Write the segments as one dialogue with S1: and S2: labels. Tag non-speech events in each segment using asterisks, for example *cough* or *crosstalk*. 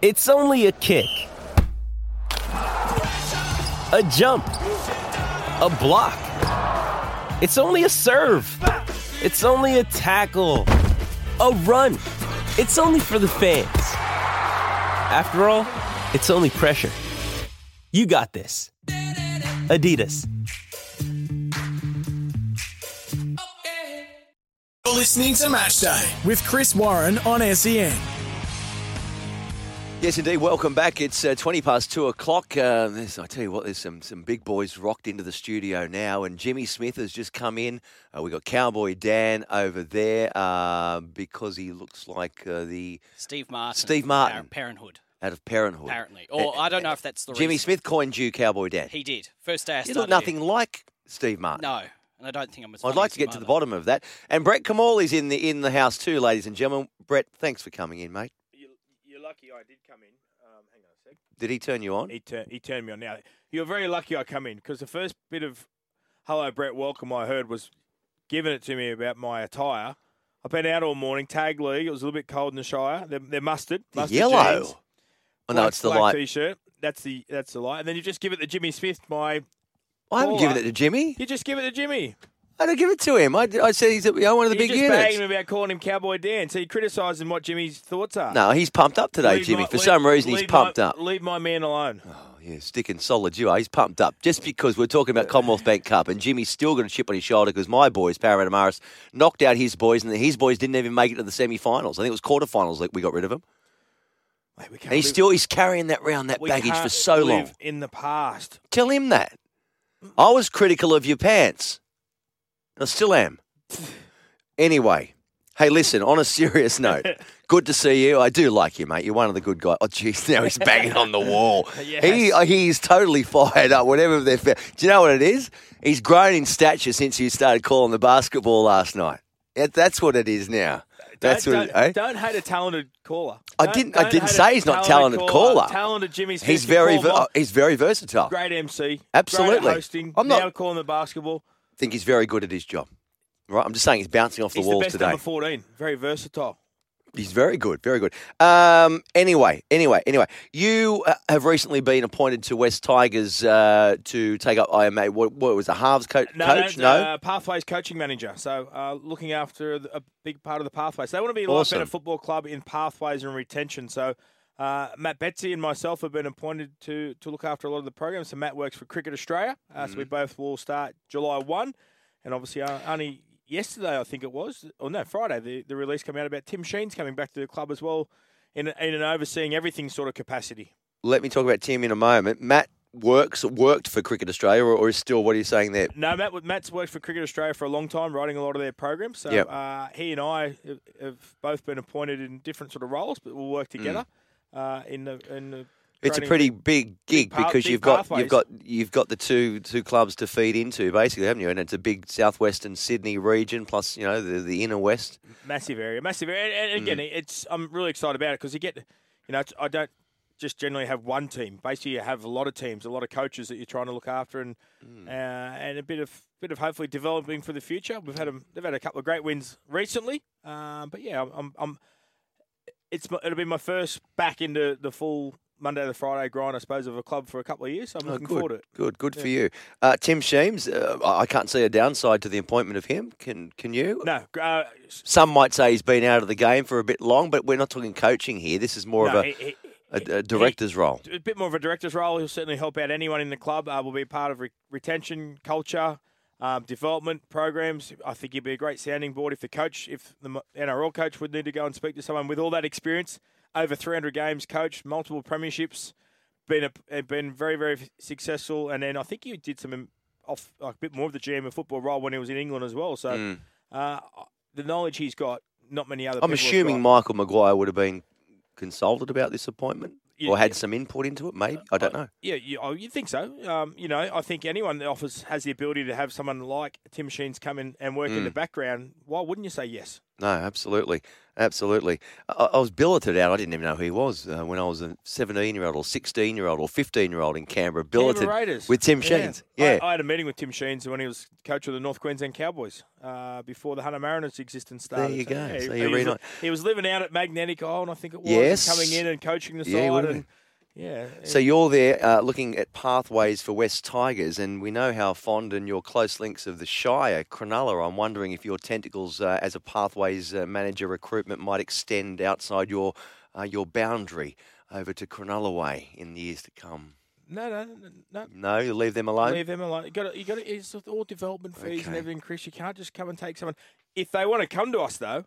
S1: It's only a kick, a jump, a block. It's only a serve. It's only a tackle, a run. It's only for the fans. After all, it's only pressure. You got this. Adidas.
S2: You're listening to Matchday with Chris Warren on E SEN.
S3: Yes, indeed. Welcome back. It's uh, 20 past 2 o'clock. Uh, this, I tell you what, there's some, some big boys rocked into the studio now, and Jimmy Smith has just come in. Uh, we got Cowboy Dan over there uh, because he looks like uh, the
S4: Steve Martin.
S3: Steve Martin.
S4: Par- Parenthood,
S3: out of Parenthood.
S4: apparently. Or
S3: Uh,
S4: I don't know if that's the
S3: Jimmy
S4: reason.
S3: Smith coined you Cowboy Dan.
S4: He did. First day I
S3: you
S4: started
S3: look
S4: here.
S3: nothing like Steve Martin.
S4: No, and I don't think I'm as
S3: I'd
S4: funny
S3: like
S4: as
S3: to
S4: him
S3: get to the
S4: either.
S3: bottom of that. And Brett Kamal is in the in the house too, ladies and gentlemen. Brett, thanks for coming in, mate.
S5: You, you're lucky I did come in. Um, hang on a sec.
S3: Did he turn you on?
S5: He, tur- he turned me on now. You're very lucky I come in because the first bit of hello, Brett, welcome I heard was giving it to me about my attire. I've been out all morning, tag league. It was a little bit cold in the Shire. They're, they're mustard.
S3: The
S5: mustard
S3: yellow.
S5: jeans,
S3: oh, no,
S5: black-
S3: it's the
S5: black
S3: light.
S5: T-shirt. That's the that's the light. And then you just give it to Jimmy Smith. My
S3: I haven't
S5: All
S3: given
S5: right.
S3: it to Jimmy.
S5: you just give it to Jimmy.
S3: I don't give it to him. I, I said he's you know, one of the
S5: you
S3: big
S5: just
S3: units.
S5: bagged him about calling him Cowboy Dan. So you're criticising what Jimmy's thoughts are.
S3: No, he's pumped up today,
S5: Leave
S3: Jimmy.
S5: my-
S3: For
S5: leave-
S3: some reason, he's
S5: leave my-
S3: pumped up.
S5: Leave my man alone.
S3: Oh, yeah, sticking solid you are. He's pumped up just because we're talking about Commonwealth Bank Cup, and Jimmy's still got a chip on his shoulder because my boys, Parramatta Maris, knocked out his boys, and his boys didn't even make it to the semi-finals. I think it was quarterfinals that we got rid of him.
S5: Mate, we can't
S3: And he's
S5: live-
S3: still he's carrying that round that
S5: we
S3: baggage for
S5: can't
S3: so
S5: live
S3: long.
S5: in the past.
S3: Tell him that. I was critical of your pants. I still am. Anyway, hey, listen, on a
S5: *laughs*
S3: serious note, good to see you. I do like you, mate. You're one of the good guys. Oh, jeez, now he's banging on the wall. He
S5: *laughs*
S3: uh,
S5: Yes.
S3: He is totally fired up, whatever they're. Fa- do you know what it is? He's grown in stature since you started calling the basketball last night. That- That's what it is now. That's
S5: don't,
S3: what it,
S5: don't,
S3: eh?
S5: don't hate a talented caller.
S3: I
S5: Don't-
S3: didn't- I
S5: don't
S3: didn't
S5: hate
S3: say
S5: a
S3: he's not talented caller.
S5: Talented Jimmy Smith.
S3: He's
S5: can
S3: very
S5: call
S3: ver- oh,
S5: mo-
S3: he's very versatile.
S5: great MC. Great
S3: Absolutely.
S5: at hosting.
S3: I'm not-
S5: now calling the basketball.
S3: think he's very good at his job. Right, I'm just saying he's bouncing off the
S5: he's the
S3: walls
S5: best
S3: today.
S5: number 14. Very versatile.
S3: He's very good, very good. Um, anyway, anyway, anyway, you uh, have recently been appointed to West Tigers uh, to take up IMA. What, what was the halves co- coach? No,
S5: Uh, Pathways coaching manager. So uh, looking after the, a big part of the Pathways. They want to be a
S3: Awesome.
S5: lot better football club in pathways and retention. So uh, Matt Betsy and myself have been appointed to to look after a lot of the programs. So Matt works for Cricket Australia. Uh, So we
S3: Mm-hmm.
S5: both will start July one, and obviously uh, only yesterday I think it was, or no Friday the, the release came out about Tim Sheen's coming back to the club as well. In, in an overseeing everything sort of capacity.
S3: let me talk about Tim in a moment. Matt works worked for Cricket Australia, or, or is still what are you saying there?
S5: No, Matt, Matt's worked for Cricket Australia for a long time, writing a lot of their programs. So
S3: Yep.
S5: uh, he and I have- have both been appointed in different sort of roles, but we'll work together uh, in the in the.
S3: Mm. It's a
S5: training-
S3: pretty big gig
S5: path-
S3: because
S5: big
S3: you've got you've
S5: pathways.
S3: got you've got the two two clubs to feed into basically, haven't you? And it's a big southwestern Sydney region plus you know the, the inner west.
S5: massive area, massive area. And,
S3: Mm.
S5: and again, it's I'm really excited about it because you get, you know, it's, I don't just generally have one team. Basically, you have a lot of teams, a lot of coaches that you're trying to look after, and
S3: Mm.
S5: uh, and a bit of bit of hopefully developing for the future. We've had 'em- they've had a couple of great wins recently, um, but yeah, I'm, I'm, I'm it's my, it'll be my first back into the full Monday to Friday grind, I suppose, of a club for a couple of years. So I'm
S3: Oh,
S5: looking
S3: good,
S5: forward to it.
S3: Good, good for you. Uh, Tim Sheems, uh, I I can't see a downside to the appointment of him. Can can you?
S5: No, uh, s-
S3: Some might say he's been out of the game for a bit long, but we're not talking coaching here. This is more
S5: no,
S3: of a,
S5: he- he-
S3: a, a director's role.
S5: a bit more of a director's role. He'll certainly help out anyone in the club. Uh, will be part of re- retention, culture, um, development programs. I think he'd be a great sounding board if the coach, if the m- NRL coach would need to go and speak to someone with all that experience, over 300 games coached, multiple premierships, been a, uh, been very very successful. And then I think he did some um, off like a bit more of the GM of football role when he was in England as well. So uh, the knowledge he's got, not many other.
S3: Hmm. I'm
S5: people have
S3: assuming
S5: got.
S3: Michael Maguire would have been consulted about this appointment
S5: You-
S3: or had some input into it. Maybe
S5: Uh,
S3: I don't know.
S5: Yeah, you, oh, you'd think so. Um, you know, I think anyone that
S3: Mm.
S5: offers has the ability to have someone like Tim Sheens come in and work in the background. Why wouldn't you say yes?
S3: No, absolutely, absolutely. I, I was billeted out. I didn't even know who he was uh, when I was a seventeen-year-old, or sixteen-year-old, or fifteen-year-old in Canberra, billeted
S5: Raiders.
S3: with Tim Sheens. Yeah,
S5: I, I had a meeting with Tim Sheens when he was coach of the North Queensland Cowboys uh, before the Hunter Mariners' existence started.
S3: you go.
S5: yeah,
S3: So
S5: he,
S3: you
S5: he,
S3: reunite-
S5: was, he was living out at Magnetic Island, I think it was.
S3: Yes.
S5: coming in and coaching the
S3: Yeah, he
S5: side,
S3: would've
S5: and yeah,
S3: So you're there uh, looking at pathways for West Tigers, and we know how fond and your close links of the Shire, Cronulla. I'm wondering if your tentacles uh, as a pathways uh, manager recruitment might extend outside your uh, your boundary over to Cronulla way in the years to come.
S5: no, no, no, no.
S3: No, you leave them alone.
S5: Leave them alone. You got to, you got to, it's all development fees and
S3: Okay.
S5: everything, Chris. You can't just come and take someone. If they want to come to us, though,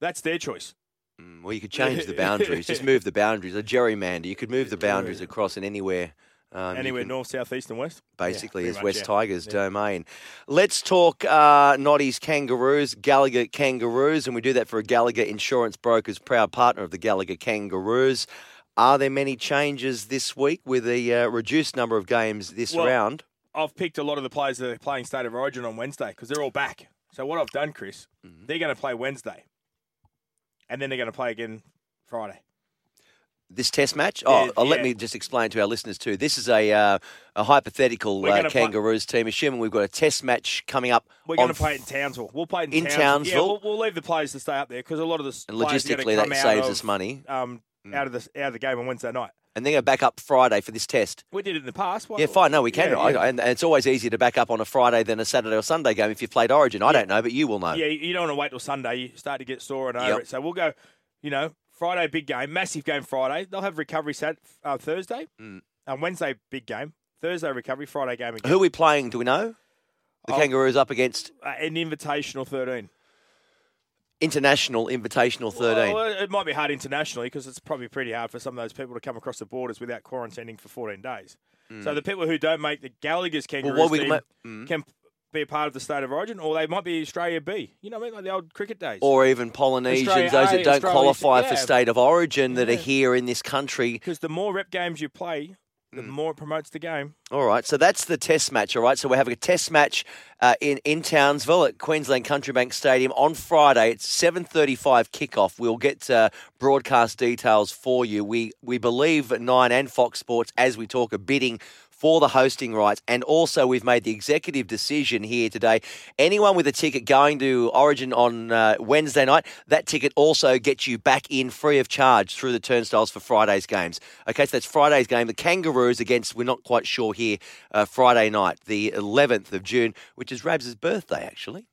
S5: that's their choice.
S3: Mm, Well, you could change the boundaries. Just move the boundaries. A gerrymander. You could move the boundaries across and anywhere. Um, you
S5: Anywhere
S3: can-
S5: north, south, east, and west.
S3: basically
S5: pretty
S3: is
S5: much,
S3: West
S5: yeah.
S3: Tigers' domain. Let's talk uh, Noddy's Kangaroos, Gallagher Kangaroos, and we do that for a Gallagher Insurance Brokers, proud partner of the Gallagher Kangaroos. Are there many changes this week with a uh, reduced number of games this
S5: Well-
S3: round?
S5: I've picked a lot of the players that are playing State of Origin on Wednesday because they're all back. So what I've done, Chris,
S3: Mm-hmm.
S5: they're going to play Wednesday, and then they're going to play again Friday.
S3: This test match?
S5: Yeah,
S3: oh, oh, let
S5: yeah.
S3: me just explain to our listeners too. This is a uh, a hypothetical
S5: We're
S3: uh,
S5: gonna play-
S3: Kangaroos team. Assuming we've got a test match coming up.
S5: We're going
S3: on
S5: to play it in Townsville. We'll play it in,
S3: In
S5: Yeah,
S3: Townsville?
S5: we'll, we'll leave the players to stay up there because a lot of the s-
S3: And
S5: players are gonna
S3: logistically,
S5: come
S3: that
S5: out
S3: saves
S5: of,
S3: us money. Mm.
S5: Um, out of the out of the game on Wednesday night.
S3: and then go back up Friday for this test.
S5: We did it in the past. Why-
S3: Yeah, fine. No, we can.
S5: Yeah,
S3: I,
S5: yeah.
S3: And and it's always easier to back up on a Friday than a Saturday or Sunday game if you've played Origin. I don't know, but you will know.
S5: Yeah, you don't want to wait till Sunday. You start to get sore and over
S3: Uh, Yep.
S5: it. So we'll go, you know, Friday, big game, massive game Friday. They'll have recovery sat uh, Thursday.
S3: Mm.
S5: and Wednesday, big game. Thursday, recovery. Friday, game again.
S3: Who are we playing? Do we know? The
S5: Oh.
S3: Kangaroos up against
S5: Uh, an invitational 13.
S3: International Invitational 13.
S5: Well, uh, it might be hard internationally because it's probably pretty hard for some of those people to come across the borders without quarantining for 14 days. So the people who don't make the Gallagher's Kangaroos
S3: Mm. what we
S5: team
S3: might- mm.
S5: can be a part of the state of origin, or they might be Australia B. You know what I mean? Like the old cricket days.
S3: Or even Polynesians,
S5: Australia
S3: those
S5: A,
S3: that don't
S5: Australia-
S3: qualify
S5: yeah.
S3: for State of Origin that are here in this country.
S5: Because the more rep games you play, the
S3: Mm.
S5: more it promotes the game.
S3: All right, so that's the test match. All right, so we're having a test match uh, in in Townsville at Queensland Country Bank Stadium on Friday. It's seven thirty-five kickoff. We'll get uh, broadcast details for you. We we believe that Nine and Fox Sports as we talk are bidding for the hosting rights, and also we've made the executive decision here today. Anyone with a ticket going to Origin on uh, Wednesday night, that ticket also gets you back in free of charge through the turnstiles for Friday's games. Okay, so that's Friday's game. The Kangaroos against, we're not quite sure here, uh, Friday night, the 11th of June, which is Rabs' birthday, actually.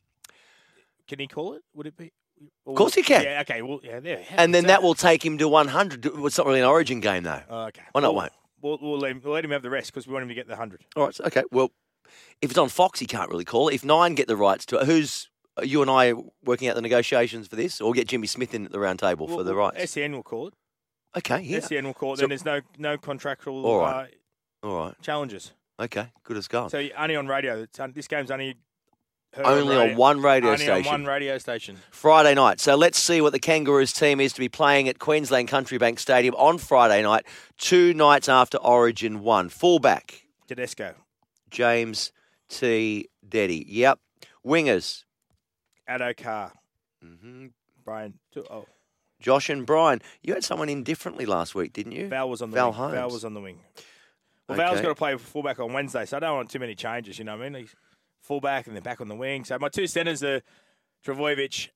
S5: Can he call it? Would it be? Of
S3: course he can.
S5: Yeah. Okay. Well. Yeah. There.
S3: And then that will take him to 100. It's not really an Origin game, though.
S5: Oh, okay.
S3: Why not,
S5: We'll,
S3: won't?
S5: we'll, we'll let, him, we'll let him have the rest because we want him to get the hundred.
S3: All right, so- okay. Well, if it's on Fox, he can't really call it. If Nine get the rights to it, who's uh, you and I working out the negotiations for this, or get Jimmy Smith in at the round table for the rights?
S5: SEN E will call it.
S3: Okay, yeah.
S5: SEN will call it.
S3: So-
S5: then there's no no contractual
S3: All right.
S5: uh,
S3: All right.
S5: challenges.
S3: Okay, good as gold.
S5: So you- only on radio. It's on, this game's only heard
S3: Only on
S5: radio.
S3: one radio
S5: only
S3: station.
S5: on one radio station.
S3: Friday night. So let's see what the Kangaroos team is to be playing at Queensland Country Bank Stadium on Friday night, two nights after Origin 1. Fullback,
S5: Tedesco,
S3: James T. Deddy. Yep. Wingers,
S5: Addo Carr,
S3: Mm-hmm.
S5: Brian. Tu- Oh,
S3: Josh and Brian. You had someone in differently last week, didn't you?
S5: Val was on the
S3: Val
S5: wing. Val
S3: Holmes.
S5: was on the wing. Well, Val's
S3: Okay.
S5: got to play fullback on Wednesday, so I don't want too many changes. You know what I mean? He's fullback and then back on the wing. So my two centres are Travojevic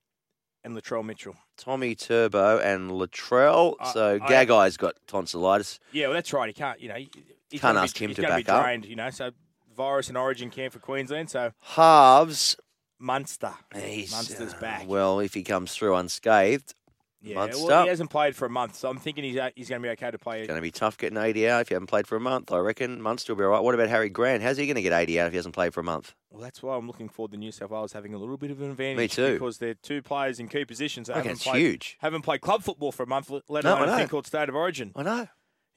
S5: and Latrell Mitchell.
S3: Tommy Turbo and Latrell.
S5: I-
S3: so
S5: I-
S3: Gagai's got tonsillitis.
S5: Yeah, well, that's right. He can't. You know, he, he's
S3: Can't
S5: gotta
S3: ask
S5: be,
S3: him
S5: he's
S3: to
S5: gotta
S3: back up.
S5: be drained, You know, so virus and origin camp for Queensland. So
S3: Halves.
S5: Munster,
S3: He's,
S5: Munster's
S3: uh,
S5: back.
S3: Well, if he comes through unscathed,
S5: yeah,
S3: Munster.
S5: well, he hasn't played for a month, so I'm thinking he's uh, he's going to be okay to play.
S3: It's going to be tough getting 80 out if you haven't played for a month. I reckon Munster will be all right. What about Harry Grant? How's he going to get 80 out if he hasn't played for a month?
S5: Well, that's why I'm looking forward to New South Wales having a little bit of an advantage.
S3: too.
S5: Because they're two players in key positions that
S3: I reckon
S5: haven't
S3: it's
S5: played,
S3: huge.
S5: haven't played club football for a month, let- let
S3: No,
S5: alone
S3: I
S5: a thing
S3: know. Oh,
S5: called State of Origin.
S3: I know.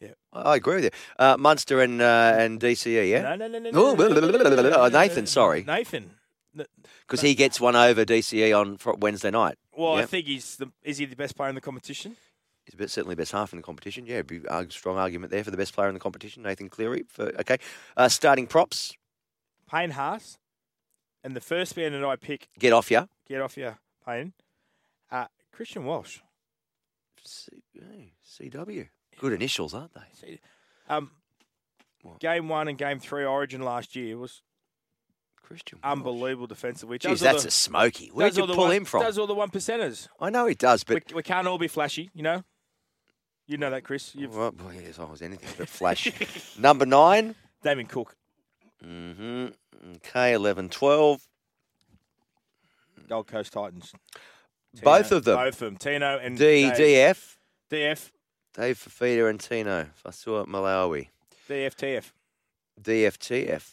S5: Yeah.
S3: I, I agree with you. Uh, Munster and uh, and DCE, yeah?
S5: No, no, no, no.
S3: Oh,
S5: no, no, no, no, no, no, no,
S3: oh,
S5: no, no,
S3: Nathan,
S5: no,
S3: sorry.
S5: Nathan. N-
S3: Because he gets one over DCE on fr- Wednesday night.
S5: Well, I
S3: Yeah.
S5: think he's the, is he the best player in the competition?
S3: He's a bit- certainly best half in the competition. Yeah, be a strong argument there for the best player in the competition, Nathan Cleary. For, okay. Uh, starting props,
S5: Payne Haas. And the first man that I pick,
S3: get off ya.
S5: get off your Payne. uh, Christian Walsh.
S3: C- hey, CW. Good initials, aren't they?
S5: See, Um,
S3: What?
S5: game one and game three Origin last year was
S3: Christian. Walsh.
S5: unbelievable defensively.
S3: Jeez,
S5: Does all
S3: that's
S5: the-
S3: a smoky. Where'd
S5: does
S3: you
S5: all the
S3: pull
S5: one-
S3: him from?
S5: Does all the one percenters.
S3: I know he does, but
S5: we, we can't all be flashy, you know. You know that, Chris. You've
S3: Well, boy, yes, I was anything but
S5: *laughs*
S3: flash. Number nine.
S5: Damien Cook.
S3: Mm-hmm. Okay, 11, 12.
S5: Gold Coast Titans.
S3: Both
S5: Tino-
S3: of them.
S5: Both of them. Tino and
S3: D,
S5: Dave.
S3: DF.
S5: DF.
S3: Dave Fafita and Tino. Fasua Malawi.
S5: DFTF.
S3: DFTF.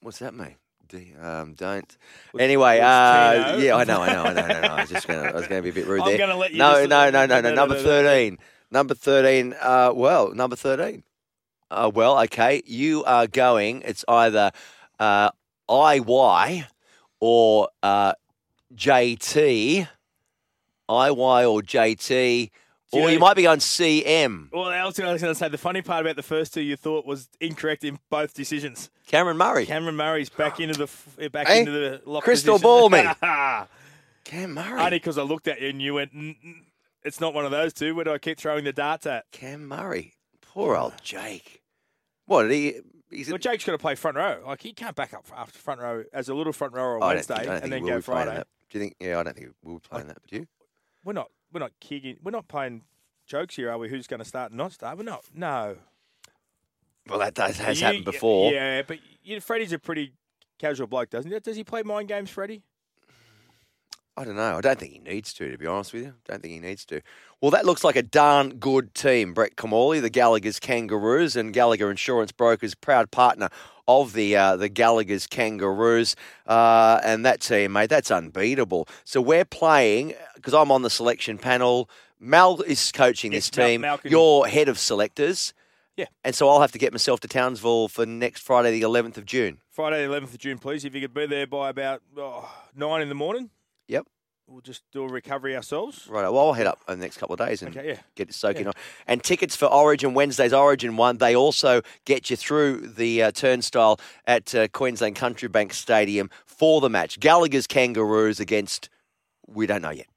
S3: What's that mean? D, um, don't. Anyway, uh,
S5: Tino.
S3: yeah, I know, I know, I know, I know. I know. I was just gonna, I was gonna be a bit rude
S5: I'm
S3: there.
S5: gonna let you
S3: No,
S5: just-
S3: no, no, no, no.
S5: no,
S3: Number
S5: no, no.
S3: thirteen. Number thirteen. Uh, well, number thirteen. Uh, well, okay. You are going. It's either uh, IY or uh, JT. IY or JT.
S5: Do you
S3: Or you
S5: know-
S3: might be going CM.
S5: Well, I was going to say the funny part about the first two you thought was incorrect in both decisions.
S3: Cameron Murray.
S5: Cameron Murray's back into the f- eh, back
S3: Hey,
S5: into the lock
S3: crystal
S5: position.
S3: ball me.
S5: *laughs* Only
S3: Cam Murray.
S5: because I looked at you and you went, "Mm, mm, "It's not one of those two. Where do I keep throwing the darts at?"
S3: Cam Murray. Poor *sighs* old Jake. What did he? He's
S5: Well, Jake's got to play front row. Like he can't back up after front row as a little front rower on
S3: I don't
S5: Wednesday
S3: think, I don't
S5: and
S3: think
S5: then
S3: we'll
S5: go
S3: be playing
S5: Friday.
S3: that. Do you think? Yeah, I don't think we'll be playing that. Do you?
S5: We're not. We're not kicking. We're not playing jokes here, are we? Who's going to start and not start? We're not. No.
S3: Well, that does, has
S5: You-
S3: happened before.
S5: Yeah, but you, Freddie's a pretty casual bloke, doesn't he? Does he play mind games, Freddie?
S3: I don't know. I don't think he needs to. To be honest with you, don't think he needs to. Well, that looks like a darn good team. Brett Kamali, the Gallagher's Kangaroos, and Gallagher Insurance Brokers, proud partner of the uh, the Gallagher's Kangaroos, uh, and that team, mate, that's unbeatable. So we're playing because I'm on the selection panel. Mal is coaching this
S5: Yes, Mal-
S3: team.
S5: Mal can-
S3: You're head of selectors.
S5: Yeah.
S3: And so I'll have to get myself to Townsville for next Friday, the 11th of June.
S5: Friday, the 11th of June, please. If you could be there by about oh, nine in the morning.
S3: Yep.
S5: We'll just do a recovery ourselves.
S3: Right. Well, I'll head up in the next couple of days and
S5: Okay, yeah.
S3: get it soaking on. And tickets for Origin Wednesday's Origin one. They also get you through the uh, turnstile at uh, Queensland Country Bank Stadium for the match. Gallagher's Kangaroos against. We don't know yet.